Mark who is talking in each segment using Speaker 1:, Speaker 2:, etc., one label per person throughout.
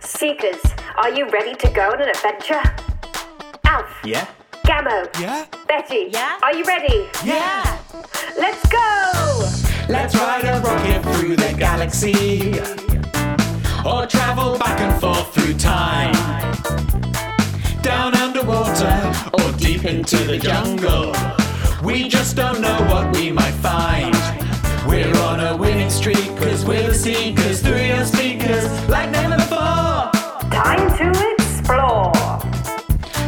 Speaker 1: Seekers, are you ready to go on an adventure? Alf,
Speaker 2: Yeah?
Speaker 1: Gammo,
Speaker 2: Yeah?
Speaker 1: Betty,
Speaker 3: Yeah?
Speaker 1: are you ready?
Speaker 2: Yeah!
Speaker 1: Let's go!
Speaker 2: Let's ride a rocket through the galaxy. Or travel back and forth through time. Down underwater or deep into the jungle. We just don't know what we might find. We're on a winning streak, cause we're the seekers through your speakers like never before.
Speaker 1: Time to explore.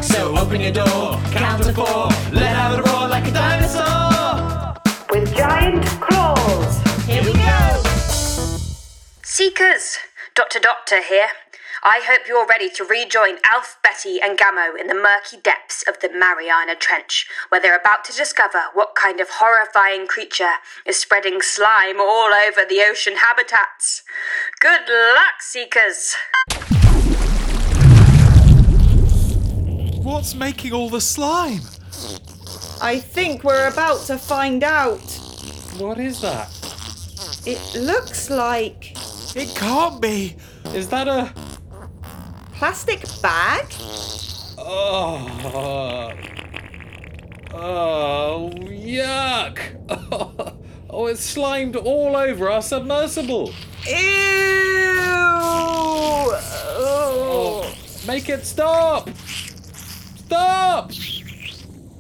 Speaker 2: So open your door, count to four, let out a roar like a dinosaur.
Speaker 1: With giant claws.
Speaker 2: Here we go!
Speaker 4: Seekers, Dr. Doctor here. I hope you're ready to rejoin Alf, Betty, and Gammo in the murky depths of the Mariana Trench, where they're about to discover what kind of horrifying creature is spreading slime all over the ocean habitats. Good luck, Seekers!
Speaker 5: What's making all the slime?
Speaker 3: I think we're about to find out.
Speaker 5: What is that?
Speaker 3: It looks like
Speaker 5: It can't be. Is that a.
Speaker 3: plastic bag.
Speaker 5: Oh.
Speaker 6: uh,
Speaker 5: Oh, yuck. Oh, it's slimed all over our submersible.
Speaker 3: Ew! Oh.
Speaker 5: Make it stop. Stop.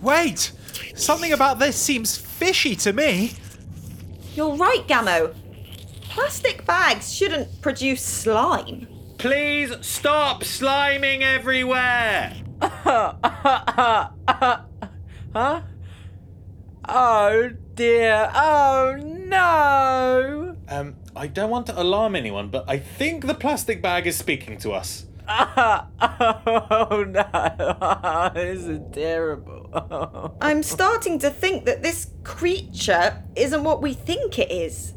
Speaker 7: Wait! Something about this seems fishy to me.
Speaker 3: You're right, Gammo. Plastic bags shouldn't produce slime.
Speaker 5: Please stop sliming everywhere.
Speaker 6: Oh dear. Oh no.
Speaker 5: Um, I don't want to alarm anyone, but I think the plastic bag is speaking to us.
Speaker 6: Oh no. this is terrible.
Speaker 3: I'm starting to think that this creature isn't what we think it is.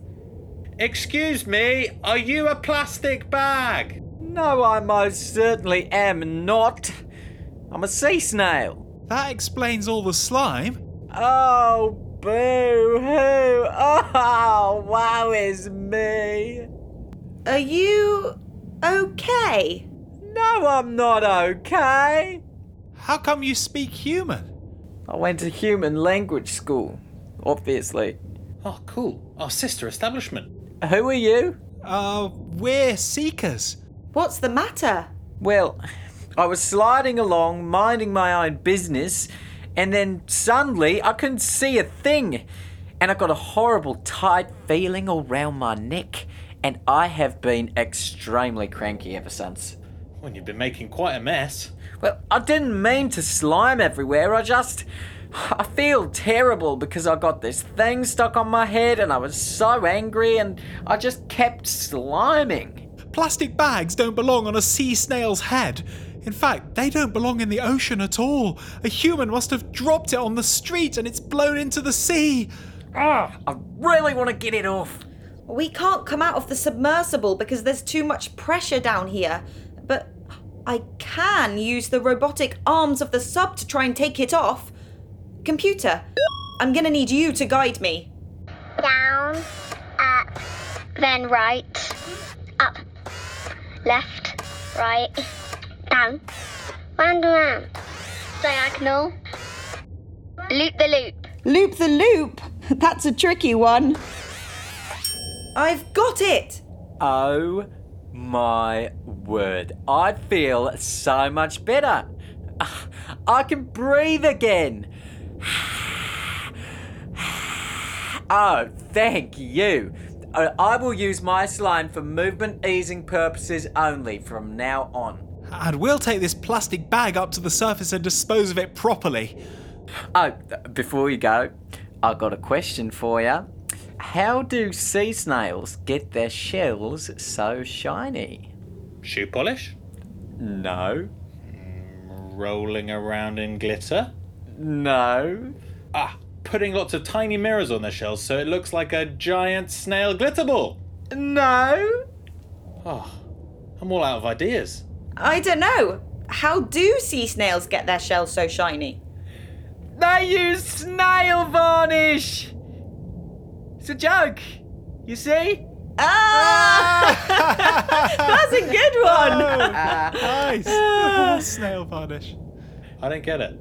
Speaker 5: Excuse me, are you a plastic bag?
Speaker 6: no, I most certainly am not. I'm a sea snail.
Speaker 7: That explains all the slime.
Speaker 6: Oh, boo hoo. Oh, wow is me.
Speaker 3: Are you okay?
Speaker 6: No, I'm not okay.
Speaker 7: How come you speak human?
Speaker 6: I went to human language school, obviously.
Speaker 5: Oh, cool. Our sister establishment.
Speaker 6: Who are you?
Speaker 7: Uh, we're seekers.
Speaker 3: What's the matter?
Speaker 6: Well, I was sliding along, minding my own business, and then suddenly I couldn't see a thing. And I got a horrible tight feeling around my neck, and I have been extremely cranky ever since.
Speaker 5: Well, you've been making quite a mess.
Speaker 6: Well, I didn't mean to slime everywhere, I just. I feel terrible because I got this thing stuck on my head and I was so angry and I just kept sliming.
Speaker 7: Plastic bags don't belong on a sea snail's head. In fact, they don't belong in the ocean at all. A human must have dropped it on the street and it's blown into the sea.
Speaker 6: I really want to get it off.
Speaker 3: We can't come out of the submersible because there's too much pressure down here. But I can use the robotic arms of the sub to try and take it off. Computer, I'm gonna need you to guide me.
Speaker 8: down, up, then right, up, left, right, down, round and round, diagonal, loop the loop.
Speaker 3: Loop the loop! That's a tricky one. I've got it!
Speaker 6: Oh my word. I feel so much better. I can breathe again. Oh, thank you. I I will use my slime for movement easing purposes only from now on.
Speaker 7: And we'll take this plastic bag up to the surface and dispose of it properly.
Speaker 6: Oh, th- before you go, I've got a question for you. How do sea snails get their shells so shiny?
Speaker 5: Shoe polish?
Speaker 6: No,
Speaker 5: Rolling around in glitter?
Speaker 6: no,
Speaker 5: Ah, putting lots of tiny mirrors on their shells so it looks like a giant snail glitter ball.
Speaker 6: no.
Speaker 5: Oh, I'm all out of ideas.
Speaker 3: I don't know. How do sea snails get their shells so shiny?
Speaker 6: They use snail varnish! It's a joke, you see?
Speaker 3: Ah! That's a good one.
Speaker 7: nice. Oh, snail varnish.
Speaker 5: I don't get it.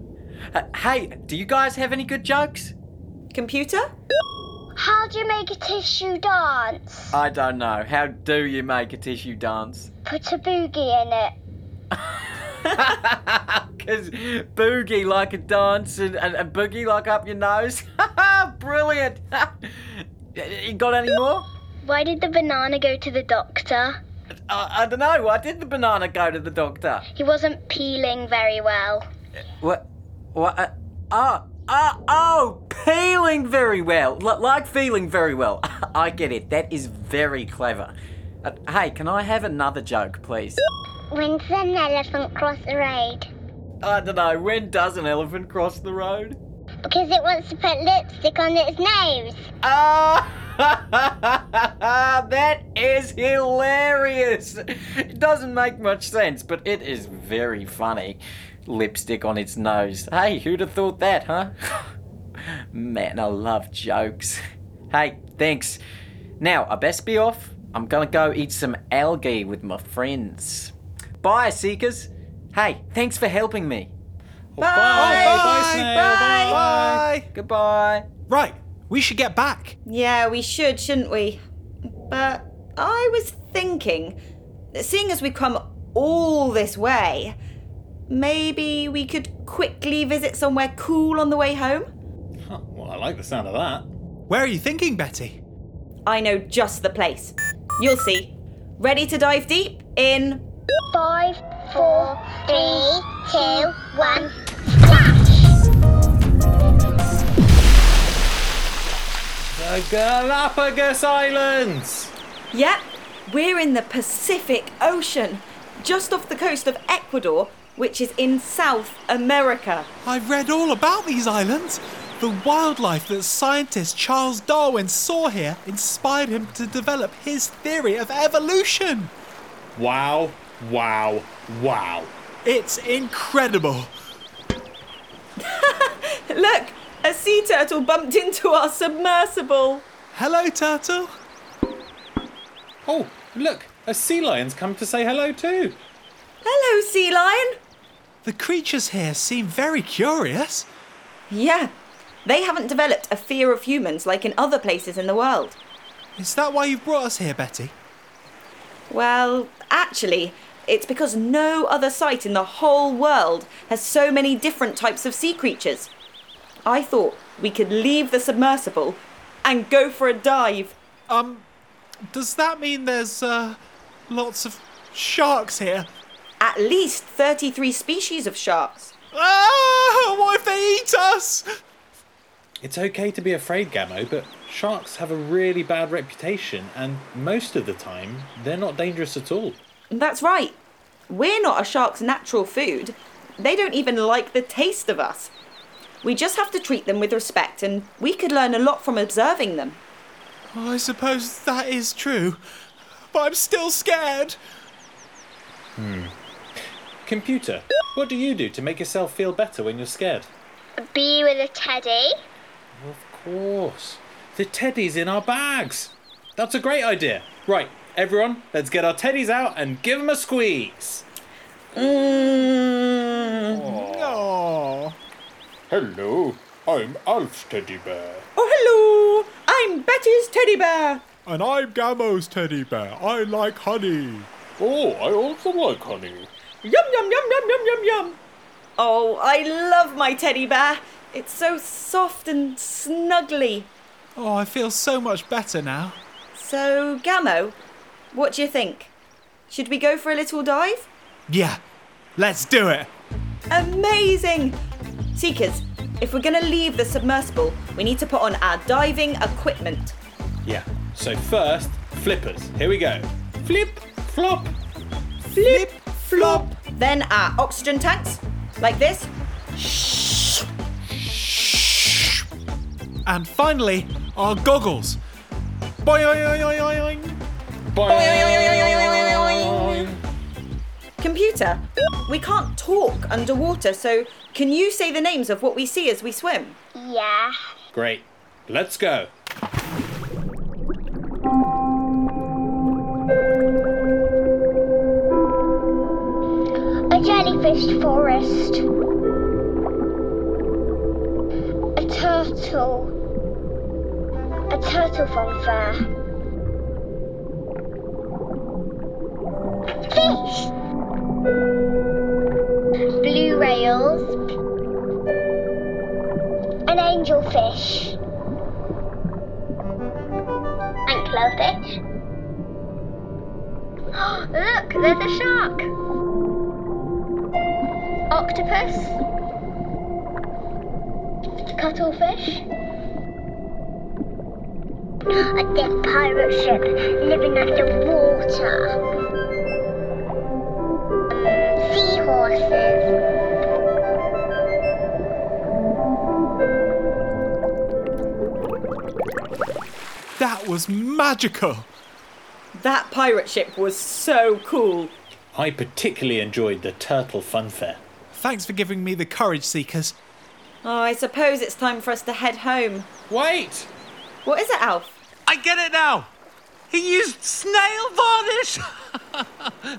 Speaker 6: Uh, hey, do you guys have any good jokes?
Speaker 3: Computer?
Speaker 8: How do you make a tissue dance?
Speaker 6: I don't know. How do you make a tissue dance?
Speaker 8: Put a boogie in it.
Speaker 6: Because boogie like a dance and, and, and boogie like up your nose. Brilliant. you got any more?
Speaker 8: Why did the banana go to the doctor?
Speaker 6: I, I don't know. Why did the banana go to the doctor?
Speaker 8: He wasn't peeling very well.
Speaker 6: What? What? Uh, oh, oh, oh, peeling very well. L- like feeling very well. I get it. That is very clever. Uh, hey, can I have another joke, please?
Speaker 8: When does an elephant cross the road?
Speaker 6: I don't know. When does an elephant cross the road?
Speaker 8: Because it wants to put lipstick on its nose.
Speaker 6: Oh, Ah, that is hilarious. It doesn't make much sense, but it is very funny. Lipstick on its nose. Hey, who'd have thought that, huh? Man, I love jokes. Hey, thanks. Now, I best be off. I'm gonna go eat some algae with my friends. Bye, Seekers. Hey, thanks for helping me.
Speaker 5: Bye. Bye. Bye. Snail.
Speaker 3: Bye.
Speaker 7: Bye.
Speaker 6: Goodbye.
Speaker 7: Right, we should get back.
Speaker 3: Yeah, we should, shouldn't we? But I was thinking, seeing as we come all this way, maybe we could quickly visit somewhere cool on the way home?
Speaker 5: Huh, well, I like the sound of that.
Speaker 7: Where are you thinking, Betty?
Speaker 3: I know just the place. You'll see. Ready to dive deep in
Speaker 8: Five, four, three, two, one, splash!
Speaker 5: The Galapagos Islands.
Speaker 3: Yep, we're in the Pacific Ocean, just off the coast of Ecuador, which is in South America.
Speaker 7: I've read all about these islands. The wildlife that scientist Charles Darwin saw here inspired him to develop his theory of evolution.
Speaker 5: Wow, wow, wow.
Speaker 7: It's incredible.
Speaker 3: Look, a sea turtle bumped into our submersible.
Speaker 7: Hello, turtle.
Speaker 5: Oh, look, a sea lion's come to say hello too.
Speaker 3: Hello, sea lion.
Speaker 7: The creatures here seem very curious.
Speaker 3: Yeah, they haven't developed a fear of humans like in other places in the world.
Speaker 7: Is that why you've brought us here, Betty?
Speaker 3: Well, actually, it's because no other site in the whole world has so many different types of sea creatures. I thought we could leave the submersible and go for a dive.
Speaker 7: Um, does that mean there's uh, lots of sharks here?
Speaker 3: At least 33 species of sharks.
Speaker 7: Ah! What if they eat us?
Speaker 5: It's okay to be afraid, Gamo, but sharks have a really bad reputation, and most of the time, they're not dangerous at all.
Speaker 3: That's right. We're not a shark's natural food. They don't even like the taste of us. We just have to treat them with respect, and we could learn a lot from observing them.
Speaker 7: Well, I suppose that is true, but I'm still scared.
Speaker 5: Computer, what do you do to make yourself feel better when you're scared?
Speaker 8: A bee with a teddy.
Speaker 5: Of course. The teddy's in our bags. That's a great idea. Right, everyone, let's get our teddies out and give them a squeeze.
Speaker 3: Mm.
Speaker 7: Oh,
Speaker 5: Hello, I'm Alf's teddy bear.
Speaker 3: Oh, hello! I'm Betty's teddy bear.
Speaker 7: and I'm Gamo's teddy bear. I like honey.
Speaker 5: Oh, I also like honey.
Speaker 3: Yum, yum, yum, yum, yum, yum, yum. Oh, I love my teddy bear. It's so soft and snuggly.
Speaker 7: Oh, I feel so much better now.
Speaker 3: So, Gamo, what do you think? Should we go for a little dive?
Speaker 7: Yeah, let's do it.
Speaker 3: Amazing! Seekers, if we're going to leave the submersible, we need to put on our diving equipment.
Speaker 5: Yeah. So first, flippers. Here we go. Flip, flop.
Speaker 3: Flip, flop. Then our oxygen tanks, like this.
Speaker 7: And finally, our goggles. Boing, oing, oing, oing, oing.
Speaker 5: Boing.
Speaker 3: Computer, we can't talk underwater, so can you say the names of what we see as we swim?
Speaker 8: Yeah.
Speaker 5: Great. Let's go.
Speaker 8: a jellyfish forest. A turtle. A turtle funfair. Fish! Blue rails. An angelfish. Ankylofish. Look, there's a shark. Octopus. Cuttlefish. A dead pirate ship living underwater. Um, Seahorses.
Speaker 7: That was magical.
Speaker 3: That pirate ship was so cool.
Speaker 5: I particularly enjoyed the turtle funfair.
Speaker 7: Thanks for giving me the courage seekers.
Speaker 3: Oh, I suppose it's time for us to head home.
Speaker 5: Wait!
Speaker 3: What is it, Alf?
Speaker 9: I get it now. He used snail varnish,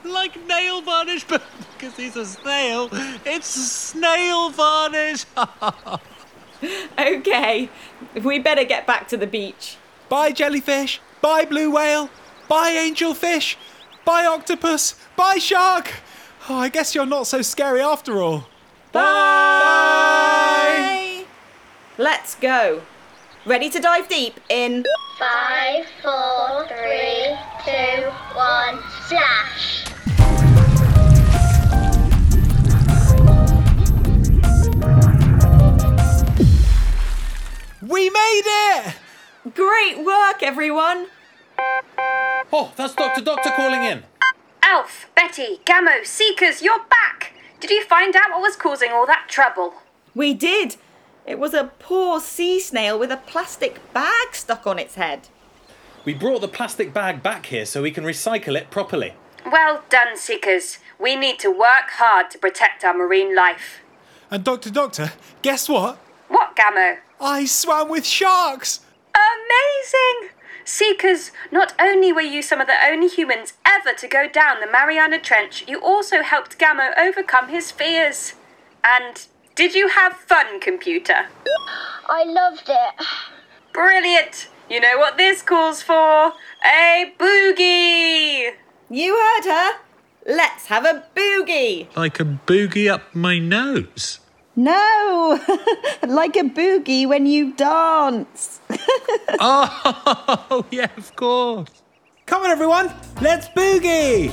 Speaker 9: like nail varnish, but because he's a snail, it's snail varnish.
Speaker 3: Okay, we better get back to the beach.
Speaker 7: Bye, jellyfish. Bye, blue whale. Bye, angelfish. Bye, octopus. Bye, shark. Oh, I guess you're not so scary after all.
Speaker 3: Bye. Let's go. Ready to dive deep in.
Speaker 8: Five, four, three, two, one, splash.
Speaker 7: We made it!
Speaker 3: Great work, everyone.
Speaker 5: Oh, that's Dr. Doctor calling in.
Speaker 4: Alf, Betty, Gammo, Seekers, you're back! Did you find out what was causing all that trouble?
Speaker 3: We did. It was a poor sea snail with a plastic bag stuck on its head.
Speaker 5: We brought the plastic bag back here so we can recycle it properly.
Speaker 4: Well done, Seekers. We need to work hard to protect our marine life.
Speaker 7: And Doctor Doctor, guess what?
Speaker 4: What, Gammo?
Speaker 7: I swam with sharks.
Speaker 4: Amazing! Seekers, not only were you some of the only humans ever to go down the Mariana Trench, you also helped Gammo overcome his fears. And did you have fun, computer?
Speaker 8: I loved it.
Speaker 4: Brilliant! You know what this calls for? A boogie!
Speaker 3: You heard her. Let's have a boogie.
Speaker 9: like a boogie up my nose.
Speaker 3: No, like a boogie when you dance.
Speaker 9: Oh, yeah, of course.
Speaker 7: Come on, everyone. Let's boogie.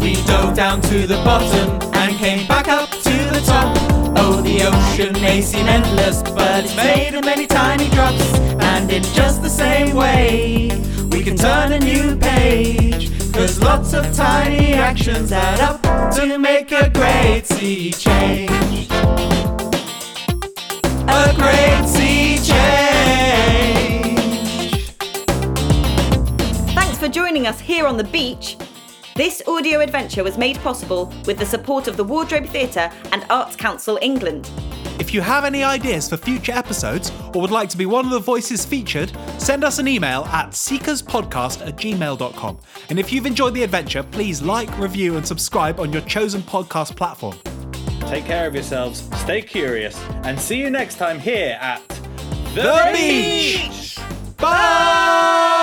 Speaker 2: We dove down to the bottom and came back up to the top. Oh, the ocean may seem endless, but it's made of many tiny drops. And in just the same way, we can turn a new page. Cause lots of tiny actions add up to make a great sea change. A great sea change.
Speaker 3: Thanks for joining us here on the beach. This audio adventure was made possible with the support of the Wardrobe Theatre and Arts Council England.
Speaker 7: If you have any ideas for future episodes or would like to be one of the voices featured, send us an email at seekerspodcast at gmail.com. And if you've enjoyed the adventure, please like, review, and subscribe on your chosen podcast platform.
Speaker 5: Take care of yourselves, stay curious, and see you next time here at
Speaker 7: The Beach! Bye!